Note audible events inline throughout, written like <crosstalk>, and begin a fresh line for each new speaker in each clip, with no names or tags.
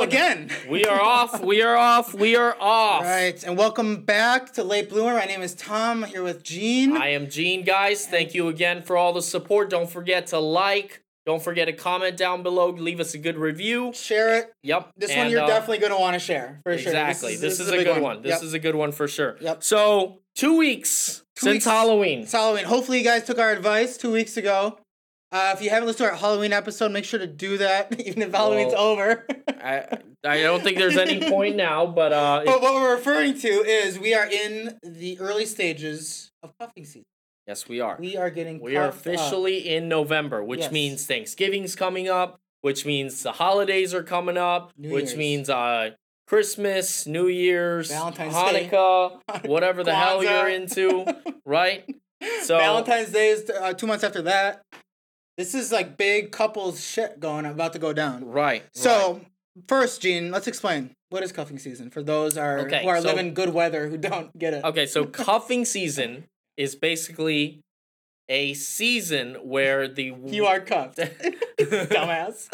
again.
We are off. We are off. We are off.
All right, and welcome back to Late Bloomer. My name is Tom. I'm here with Gene.
I am Gene, guys. Thank you again for all the support. Don't forget to like. Don't forget to comment down below. Leave us a good review.
share it.
Yep.
This one
and,
you're
uh,
definitely going to want to share for sure.
Exactly. This is, a,
big
good one. This
Yep.
is a good one for sure.
Yep.
So two weeks
Two
since
weeks. <laughs>
Halloween.
It's Halloween. Hopefully, you guys took our advice two weeks ago. Uh, if you haven't listened to our Halloween episode, make sure to do that, <laughs> even if Halloween's
Well,
over.
I, I don't think there's any point now, but uh,
but what we're referring to is we are in the early stages of cuffing season.
yes, we are.
We are getting
We are
cuffed up.
officially in November, which
Yes.
means Thanksgiving's coming up, which means the holidays are coming up,
New
which
Year's.
means uh Christmas, New Year's,
Valentine's Day.
Hanukkah,
<laughs>
whatever the hell you're
Kwanzaa.
into,
<laughs>
right? So
Valentine's Day is uh, two months after that. This is like big couples shit going about to go down.
right. right.
So first, Gene, let's explain what is cuffing season for those are
Okay,
who are
so-
living good weather who don't get it.
okay, so cuffing season is basically a season where the
You
<laughs>
are cuffed, dumbass.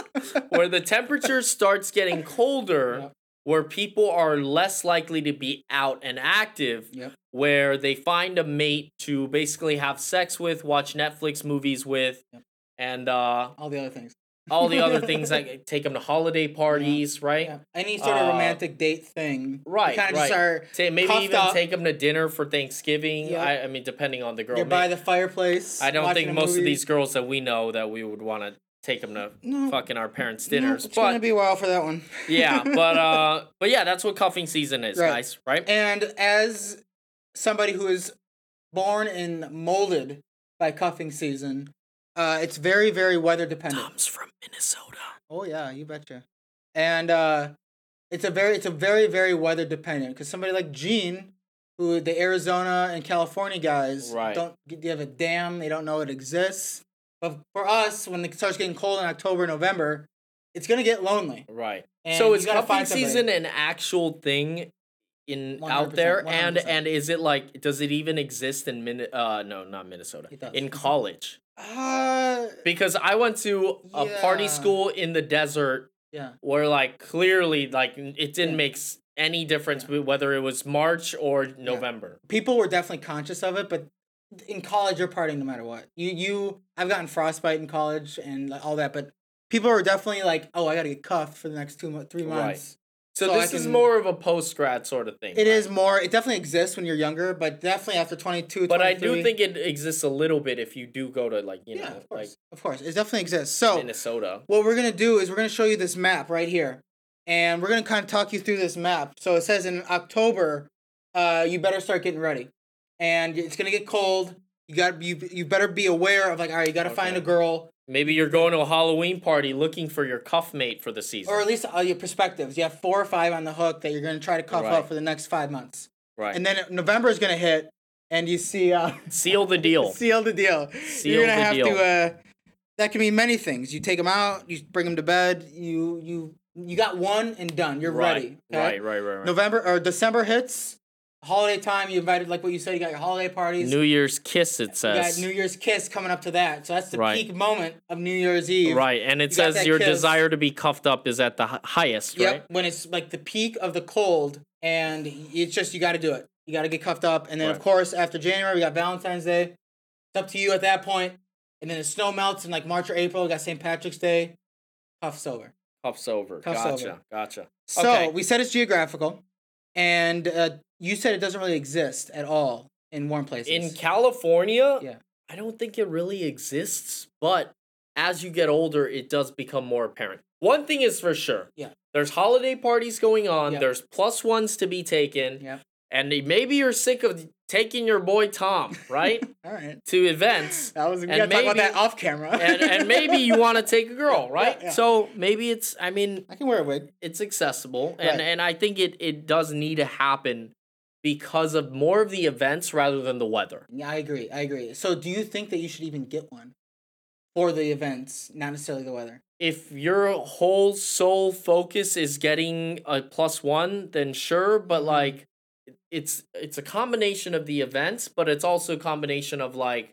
where the temperature starts getting colder,
<laughs> Yep.
where people are less likely to be out and active,
Yep.
where they find a mate to basically have sex with, watch Netflix movies with,
Yep.
and uh,
All the other things.
all the other things
<laughs>
that take them to holiday parties, right?
Yeah. Any sort of
Uh,
romantic date thing.
right,
Kind of
right.
just are.
Say maybe
Cuffed
even
up.
take them to dinner for Thanksgiving.
Yeah.
I, I mean, depending on the girl.
You're
May-
by the fireplace.
I don't
watching
think
a
most of
movie.
these girls that we know that we would want to take them to
No.
fucking our parents'
No,
dinners.
it's
but
gonna be a while for that one.
yeah,
<laughs>
but uh, but yeah, that's what cuffing season is,
Right.
guys. Right?
And as somebody who is born and molded by cuffing season, uh, it's very, very weather dependent.
Tom's from Minnesota.
Oh yeah, you betcha. And uh, it's a very, it's a very, very weather dependent because somebody like Gene, who the Arizona and California guys
Right.
don't g- give a damn, they don't know it exists. But for us, when it starts getting cold in October, November, it's gonna get lonely.
Right.
And
so
you
is
gotta
cuffing
find somebody.
season an actual thing in
100%,
out there, and
100%.
and is it like does it even exist in Min? Uh, no, not Minnesota.
It does.
In college,
Uh,
because I went to a
Yeah.
party school in the desert
yeah.
where like clearly like it didn't
Yeah.
make s- any difference whether it was March or November.
people were definitely conscious of it, but in college you're partying no matter what. You you I've gotten frostbite in college and like, all that, but people were definitely like, oh, I gotta get cuffed for the next two mo- three
Right.
months.
So,
So I
this is
can-
more of a post grad sort of thing.
It
right?
is more. It definitely exists when you're younger, but definitely after 22,
But I do
23
think it exists a little bit if you do go to like you
yeah,
know
of
like
course, of course, it definitely exists. So
Minnesota.
what we're gonna do is we're gonna show you this map right here, and we're gonna kind of talk you through this map. So it says in October, uh, you better start getting ready, and it's gonna get cold. You got you you better be aware of like all right, you gotta find a
Okay.
girl,
Maybe you're going to a Halloween party looking for your cuff mate for the season.
or at least all your perspectives. You have four or five on the hook that you're gonna try to cuff
Right.
up for the next five months,
right.
and then November is gonna hit, and you see uh,
Seal the deal.
seal the deal.
Seal
you're gonna
the
have
deal.
to. Uh, that can mean many things. You take them out, you bring them to bed, you you you got one and done. You're
right.
ready. okay?
Right, right, right, right.
November or December hits, holiday time. You invited, like what you said, you got your holiday parties.
New Year's kiss it
you
says.
got New Year's kiss coming up to that. So that's the
Right.
peak moment of New Year's Eve.
right, and it
you got
says
that
your
kiss.
desire to be cuffed up is at the hi- highest,
Yep.
right?
When it's like the peak of the cold, and it's just you got to do it. You got to get cuffed up, and then of
Right.
course after January we got Valentine's Day. It's up to you at that point. And then the snow melts in like March or April. We got St. Patrick's Day. Cuffs over.
Cuffs over.
Cuffs
gotcha.
over.
Gotcha.
So
Okay.
we said it's geographical, and uh, you said it doesn't really exist at all in warm places.
In California,
Yeah.
I don't think it really exists, but as you get older, it does become more apparent. One thing is for sure.
Yeah.
There's holiday parties going on.
Yeah.
There's plus ones to be taken.
Yep.
And maybe you're sick of taking your boy Tom,
<laughs>
right?
all right.
to events.
That was we
And
gotta talk about
maybe-
that off camera.
And, and
<laughs>
maybe you want to take a girl,
Yeah,
right?
yeah, yeah.
So maybe it's, I mean,
I can wear a wig.
it's accessible. And,
Right.
and I think it, it does need to happen because of more of the events rather than the weather.
Yeah, I agree. I agree. So, do you think that you should even get one for the events, not necessarily the weather?
if your whole sole focus is getting a plus one, then sure, but
Mhm.
like it's it's a combination of the events, but it's also a combination of like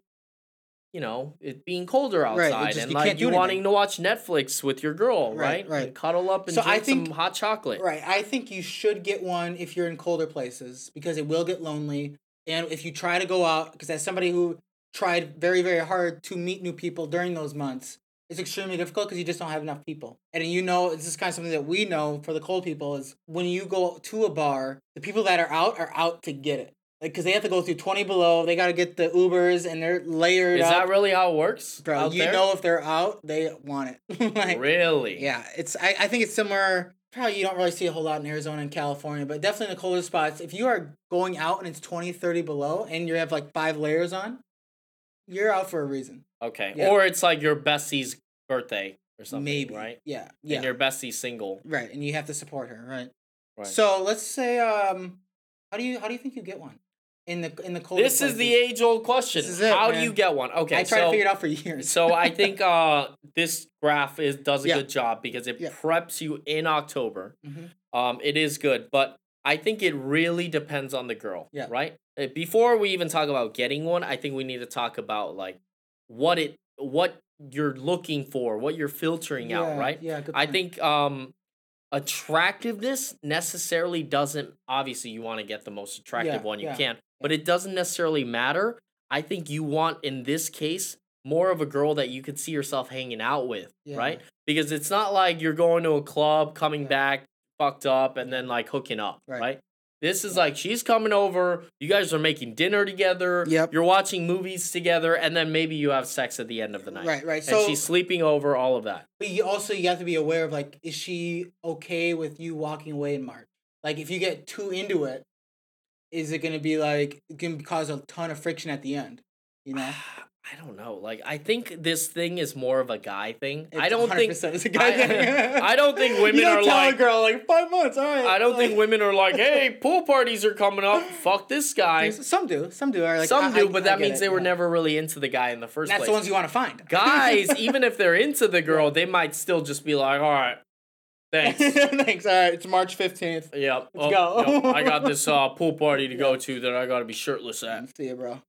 you know, it being colder
Right, it
outside
just-
and
you
like
can't do
you wanting
anything.
to watch Netflix with your girl,
Right,
right?
right.
And cuddle up and
So I
drink
think-
some hot chocolate.
Right. I think you should get one if you're in colder places because it will get lonely. And if you try to go out, because as somebody who tried very, very hard to meet new people during those months, it's extremely difficult because you just don't have enough people. And you know, this is kind of something that we know for the cold people is when you go to a bar, the people that are out are out to get it. Like, because they have to go through 20 below, they got to get the Ubers and they're layered
Is
up.
that really how it works?
uh, Bro,
out
you
there?
know if they're out, they want it. <laughs> like,
really?
yeah, it's I, I think it's similar. Probably you don't really see a whole lot in Arizona and California, but definitely in the colder spots, if you are going out and it's 20, 30 below and you have like five layers on, you're out for a reason.
Okay.
Yeah.
Or it's like your bestie's birthday or something,
Maybe.
right?
Yeah. Yeah.
And your bestie's single.
right. And you have to support her, right?
Right.
So let's say um how do you how do you think you get one? In the in the cold
this is the age old question.
This is it,
how
man.
do you get one? Okay.
I tried
so,
to figure it out for <laughs> years.
so I think uh this graph is does a
Yeah.
good job because it
Yeah.
preps you in October.
Mhm.
Um, it is good, but I think it really depends on the girl.
Yeah.
Right. Uh, Before we even talk about getting one, I think we need to talk about like what it what you're looking for, what you're filtering out,
Yeah,
right?
Yeah, good
I
point.
think um attractiveness necessarily doesn't obviously you want to get the most attractive
Yeah,
one you
yeah,
can, but it doesn't necessarily matter. I think you want in this case more of a girl that you could see yourself hanging out with,
Yeah.
right? Because it's not like you're going to a club, coming
Yeah.
back fucked up and then like hooking up,
Right.
right? This is like she's coming over, you guys are making dinner together,
Yep.
you're watching movies together and then maybe you have sex at the end of the night.
Right, right.
And
So
she's sleeping over all of that.
But you also you have to be aware of like, is she okay with you walking away in March? Like, if you get too into it, is it gonna be like it can cause a ton of friction at the end? You know,
I don't know. Like I think this thing is more of a guy thing. <sighs> I
It's
don't think
100% it's a guy
I-
thing.
<laughs> I don't think women
<laughs> you don't
are
tell a
like-
girl like five months. All right.
I don't think
like-
women are
<laughs>
like, "Hey, pool parties are coming up. Fuck this guy."
some do. Some do. Are like,
Some
I-
do,
I-
but
I
that
get
means
it,
they were
yeah.
never really into the guy in the first
That's
place.
the ones you want to find.
Guys, even if they're into the girl, they might still just be like, "All right,
<laughs>
thanks."
<laughs> thanks. All right. It's March fifteenth.
Yep.
Let's
oh,
go.
yep, I got this
<laughs>
uh, pool party to go to that I got to be shirtless at.
See you, bro.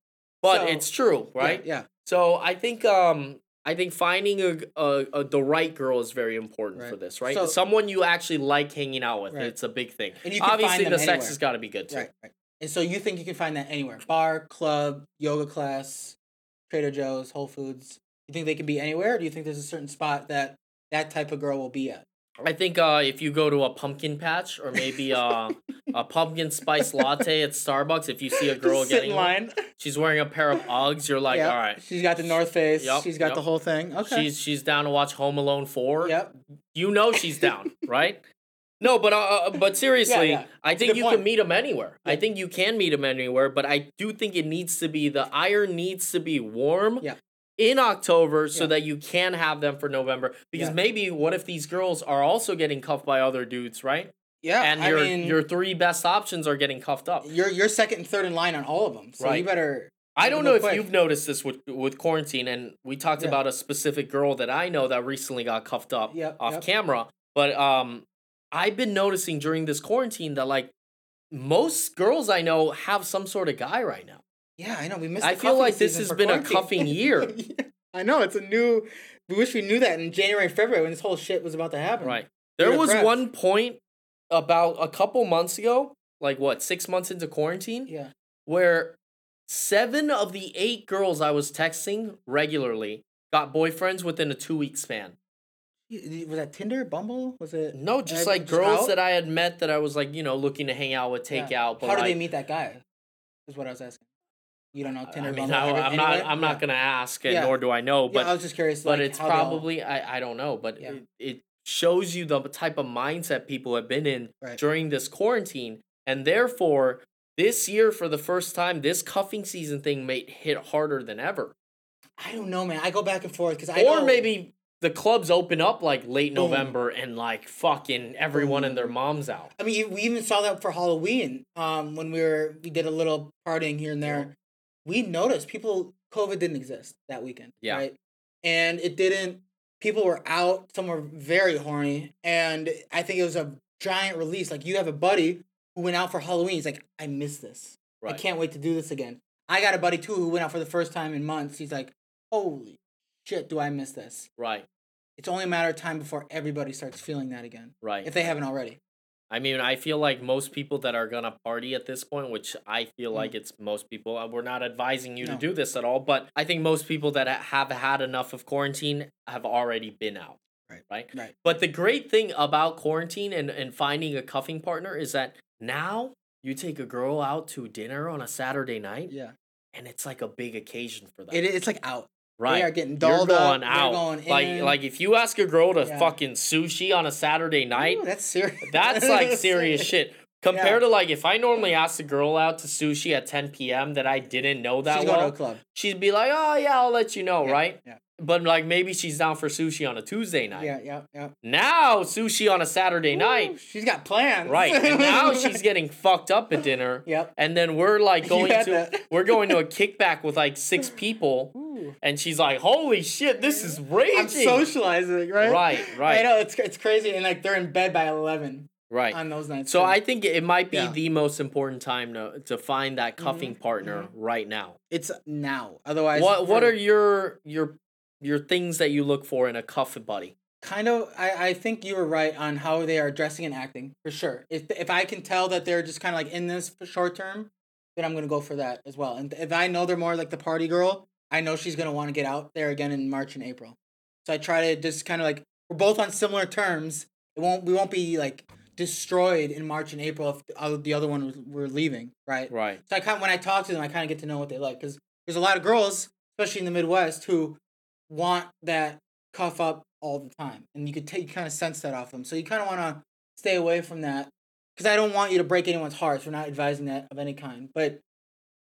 But
Mm-hmm. So-
it's true, right?
Yeah. yeah.
So I think um I think finding a, a, a the right girl is very important
Right.
for this, right?
So-
Someone you actually like hanging out with.
Right.
It's a big thing.
And you can
Obviously,
find them
the sex
anywhere.
has got to be good too.
Right, right. And so you think you can find that anywhere? Bar, club, yoga class, Trader Joe's, Whole Foods. You think they can be anywhere? Or do you think there's a certain spot that that type of girl will be at?
I think uh, if you go to a pumpkin patch or maybe uh, a pumpkin spice latte at Starbucks, if you see a girl
Just <laughs> sit in
getting one,
line.
she's wearing a pair of Uggs, you're <laughs> like,
Yep.
all right,
She's got the North Face.
Yep,
She's got the
yep.
whole thing. Okay.
she's she's down to watch Home Alone four.
Yep.
You know she's
<laughs>
down, right? No, but uh, uh, but seriously,
yeah.
I
It's a
think
good
you
point.
can meet him anywhere. I
Yeah.
think you can meet him anywhere, but I do think it needs to be the iron needs to be warm
Yeah.
in October so
Yeah.
that you can have them for November. Because
Yeah.
maybe what if these girls are also getting cuffed by other dudes, right?
Yeah.
and
I
your
mean,
your three best options are getting cuffed up.
you're you're second and third in line on all of them. So you
Right.
better.
I
you
don't
know
know if
quick.
you've noticed this with with quarantine, and we talked
Yeah.
about a specific girl that I know that recently got cuffed up
Yep,
off
yep.
camera. But um, I've been noticing during this quarantine that like most girls I know have some sort of guy right now.
Yeah, I know. We missed.
I
the
feel like
cuffing
this
season
has
for
been a
quarantine.
cuffing
<laughs>
year.
I know it's a new. We wish we knew that in January, and February when this whole shit was about to happen.
Right.
Hmm. You're
There was
depressed.
one point about a couple months ago, like what six months into quarantine,
Yeah.
where seven of the eight girls I was texting regularly got boyfriends within a two week span.
Was that Tinder, Bumble? Was it?
No, just like
Like, just
girls
out?
that I had met that I was like, you know, looking to hang out with, take
Yeah.
out. But
How do
like,
they meet that guy? Is what I was asking. You don't know Tinder.
I mean,
Bumble,
I,
every-
am not.
anywhere?
I'm not
Yeah.
gonna ask, and
Yeah.
nor do I know. But
yeah, I was just curious.
but
like,
it's
how they all-
probably I I don't know. But
Yeah.
it, it shows you the type of mindset people have been in
Right.
during this quarantine, and therefore this year for the first time, this cuffing season thing may hit harder than ever.
I don't know, man. I go back and forth because I
or
know-
maybe the clubs open up like late
Boom.
November and like fucking everyone and their moms out.
I mean, we even saw that for Halloween. Um, when we were we did a little partying here and there, we noticed people COVID didn't exist that weekend.
Yeah.
Right. And it didn't. People were out. Some were very horny, and I think it was a giant release. Like you have a buddy who went out for Halloween. He's like, I miss this.
Right.
I can't wait to do this again. I got a buddy too who went out for the first time in months. He's like, holy shit, do I miss this?
Right.
It's only a matter of time before everybody starts feeling that again,
Right.
if they haven't already.
I mean, I feel like most people that are gonna party at this point, which I feel
Mm.
like it's most people. uh, We're not advising you to
No.
do this at all, but I think most people that ha- have had enough of quarantine have already been out.
Right.
Right. <laughs>
Right.
But the great thing about quarantine and and finding a cuffing partner is that now you take a girl out to dinner on a Saturday night,
Yeah.
and it's like a big occasion for them.
It, it's like out.
right.
They are getting
You're
dolled
going
up.
out.
They're going
like
in.
like if you ask a girl to
Yeah.
fucking sushi on a Saturday night,
Ooh, that's serious.
that's
<laughs>
like serious shit. Compared to like if I normally asked a girl out to sushi at 10 p.m. that I didn't know that
She's going to a
well,
club.
she'd be like, "Oh yeah, I'll let you know,"
Yeah,
right?
yeah.
But like maybe she's down for sushi on a Tuesday night.
Yeah, yeah, yeah.
Now sushi on a Saturday
Ooh,
night,
She's got plans.
right?
<laughs>
And now she's getting fucked up at dinner.
Yep.
And then we're like
You
going
had
to
that.
we're going
<laughs>
to a kickback with like six people,
Ooh.
and she's like, "Holy shit, this is raging!"
I'm socializing, right?
Right,
I
right,
know it's it's crazy, and like they're in bed by eleven
right.
on those nights.
So
too.
I think it might be
Yeah.
the most important time to to find that cuffing partner right now.
it's now. Otherwise,
what what
for-
are your your your things that you look for in a cuff buddy?
kind of? I, I think you were right on how they are dressing and acting for sure. If if I can tell that they're just kind of like in this for short term, then I'm gonna go for that as well. And if I know they're more like the party girl, I know she's gonna want to get out there again in March and April. So I try to just kind of like we're both on similar terms. It won't we won't be like destroyed in March and April if the other- the other one was- we're leaving, right?
Right.
So I kind of, when I talk to them, I kind of get to know what they like because there's a lot of girls, especially in the Midwest, who want that cuff up all the time, and you could take you kind of sense that off them. So you kind of want to stay away from that because I don't want you to break anyone's hearts. We're not advising that of any kind, but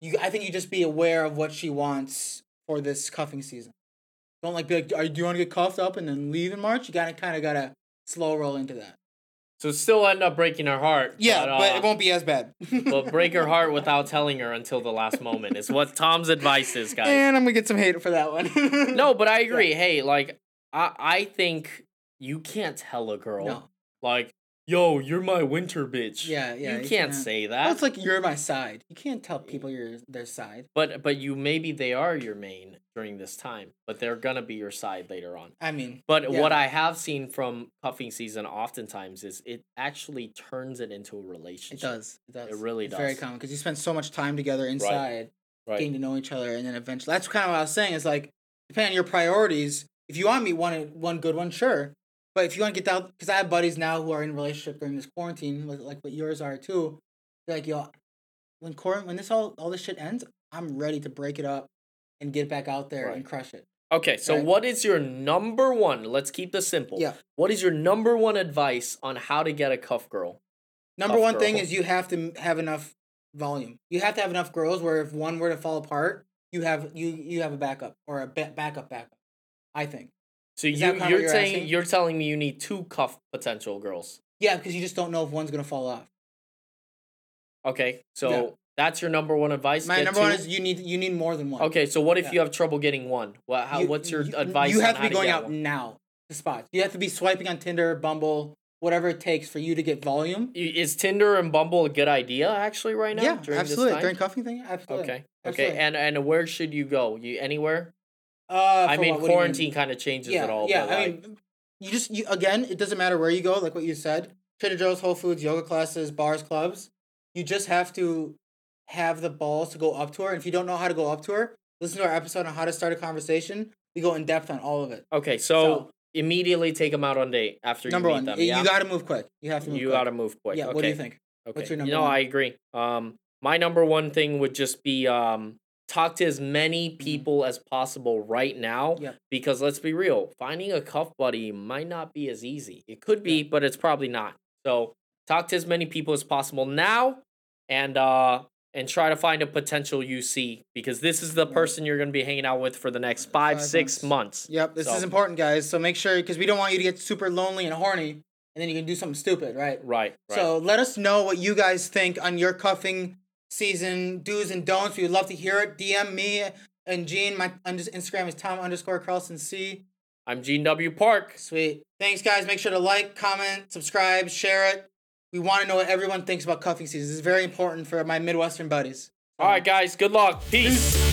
you, I think you just be aware of what she wants for this cuffing season. Don't like be like, are, do you want to get cuffed up and then leave in March? You gotta kind of gotta slow roll into that.
So still end up breaking her heart.
Yeah,
uh, <laughs>
but, it won't be as bad.
but break her heart without telling her until the last moment is what Tom's advice is, guys.
And I'm gonna get some hate for that one. <laughs>
no, but I agree. Hey, like I I think you can't tell a girl
No.
like, "Yo, you're my winter bitch."
Yeah, yeah.
you can't say that.
Well, it's like you're my side. You can't tell people you're their side.
But but you maybe they are your main during this time, but they're gonna be your side later on.
I mean,
But
Yeah.
what I have seen from cuffing season oftentimes is it actually turns it into a
it
relationship.
does. It does.
really
It's very
does.
common because you spend so much time together inside, getting
Right.
to know each other, and then eventually that's kind of what I was saying. Is like depending on your priorities. If you want to meet one one good one, sure. But if you want to get down, because I have buddies now who are in a relationship during this quarantine, like like what yours are too. They're like, yo, when quarant when this all all this shit ends, I'm ready to break it up and get back out there
Right.
and crush it.
Okay, so
Right.
what is your number one? Let's keep this simple.
Yeah.
What is your number one advice on how to get a cuff girl?
Number
Tough
one thing
girl.
is you have to m- have enough volume. You have to have enough girls where if one were to fall apart, you have you you have a backup or a ba- backup backup. I think.
So you
Is that
you're
kinda what you're
saying
asking?
you're telling me you need two cuff potential girls.
Yeah, because you just don't know if one's gonna fall off.
Okay, so that's your number one advice.
My
Get
number one
two?
is you need you need more than one.
okay. So what if
Yeah.
you have trouble getting one? What how,
You-
what's your
you-
advice?
You
on
have to
how
be going
get
out
one?
now to spots. You have to be swiping on Tinder, Bumble, whatever it takes for you to get volume.
I- Is Tinder and Bumble a good idea actually right now?
yeah,
during this
absolutely.
time?
During cuffing thing, absolutely.
Okay. Okay.
Absolutely.
And and where should you go? You anywhere?
Uh,
I
for
mean,
what? What do you
quarantine kind of changes
yeah,
it all.
Yeah,
but
I
like,
mean, you just you again. It doesn't matter where you go, like what you said. Trader Joe's, Whole Foods, yoga classes, bars, clubs. You just have to have the balls to go up to her. And if you don't know how to go up to her, listen to our episode on how to start a conversation. We go in depth on all of it.
okay. So, immediately take them out on date after
number
you meet
one,
them.
you-
yeah.
you got to move quick. You have to move.
You
quick.
gotta move quick.
Yeah.
Okay.
What do you think?
Okay.
What's your number
No,
one?
I agree. Um, my number one thing would just be um talk to as many people as possible right now.
Mm-hmm. Yep.
Because let's be real, finding a cuff buddy might not be as easy. It could be, but it's probably not. So talk to as many people as possible now, and uh and try to find a potential UC because this is the
Right.
person you're gonna be hanging out with for the next five,
Five
six months.
Yep. This
So-
is important, guys. So make sure because we don't want you to get super lonely and horny, and then you can do something stupid, right?
Right. Right.
So let us know what you guys think on your cuffing season do's and don'ts. We would love to hear it. DM me and Gene. My under- Instagram is Tom underscore Carlson C.
I'm Gene W. Park.
Sweet. Thanks, guys. Make sure to like, comment, subscribe, share it. We want to know what everyone thinks about cuffing season. It's very important for my Midwestern buddies.
All right, guys. Good luck. Peace.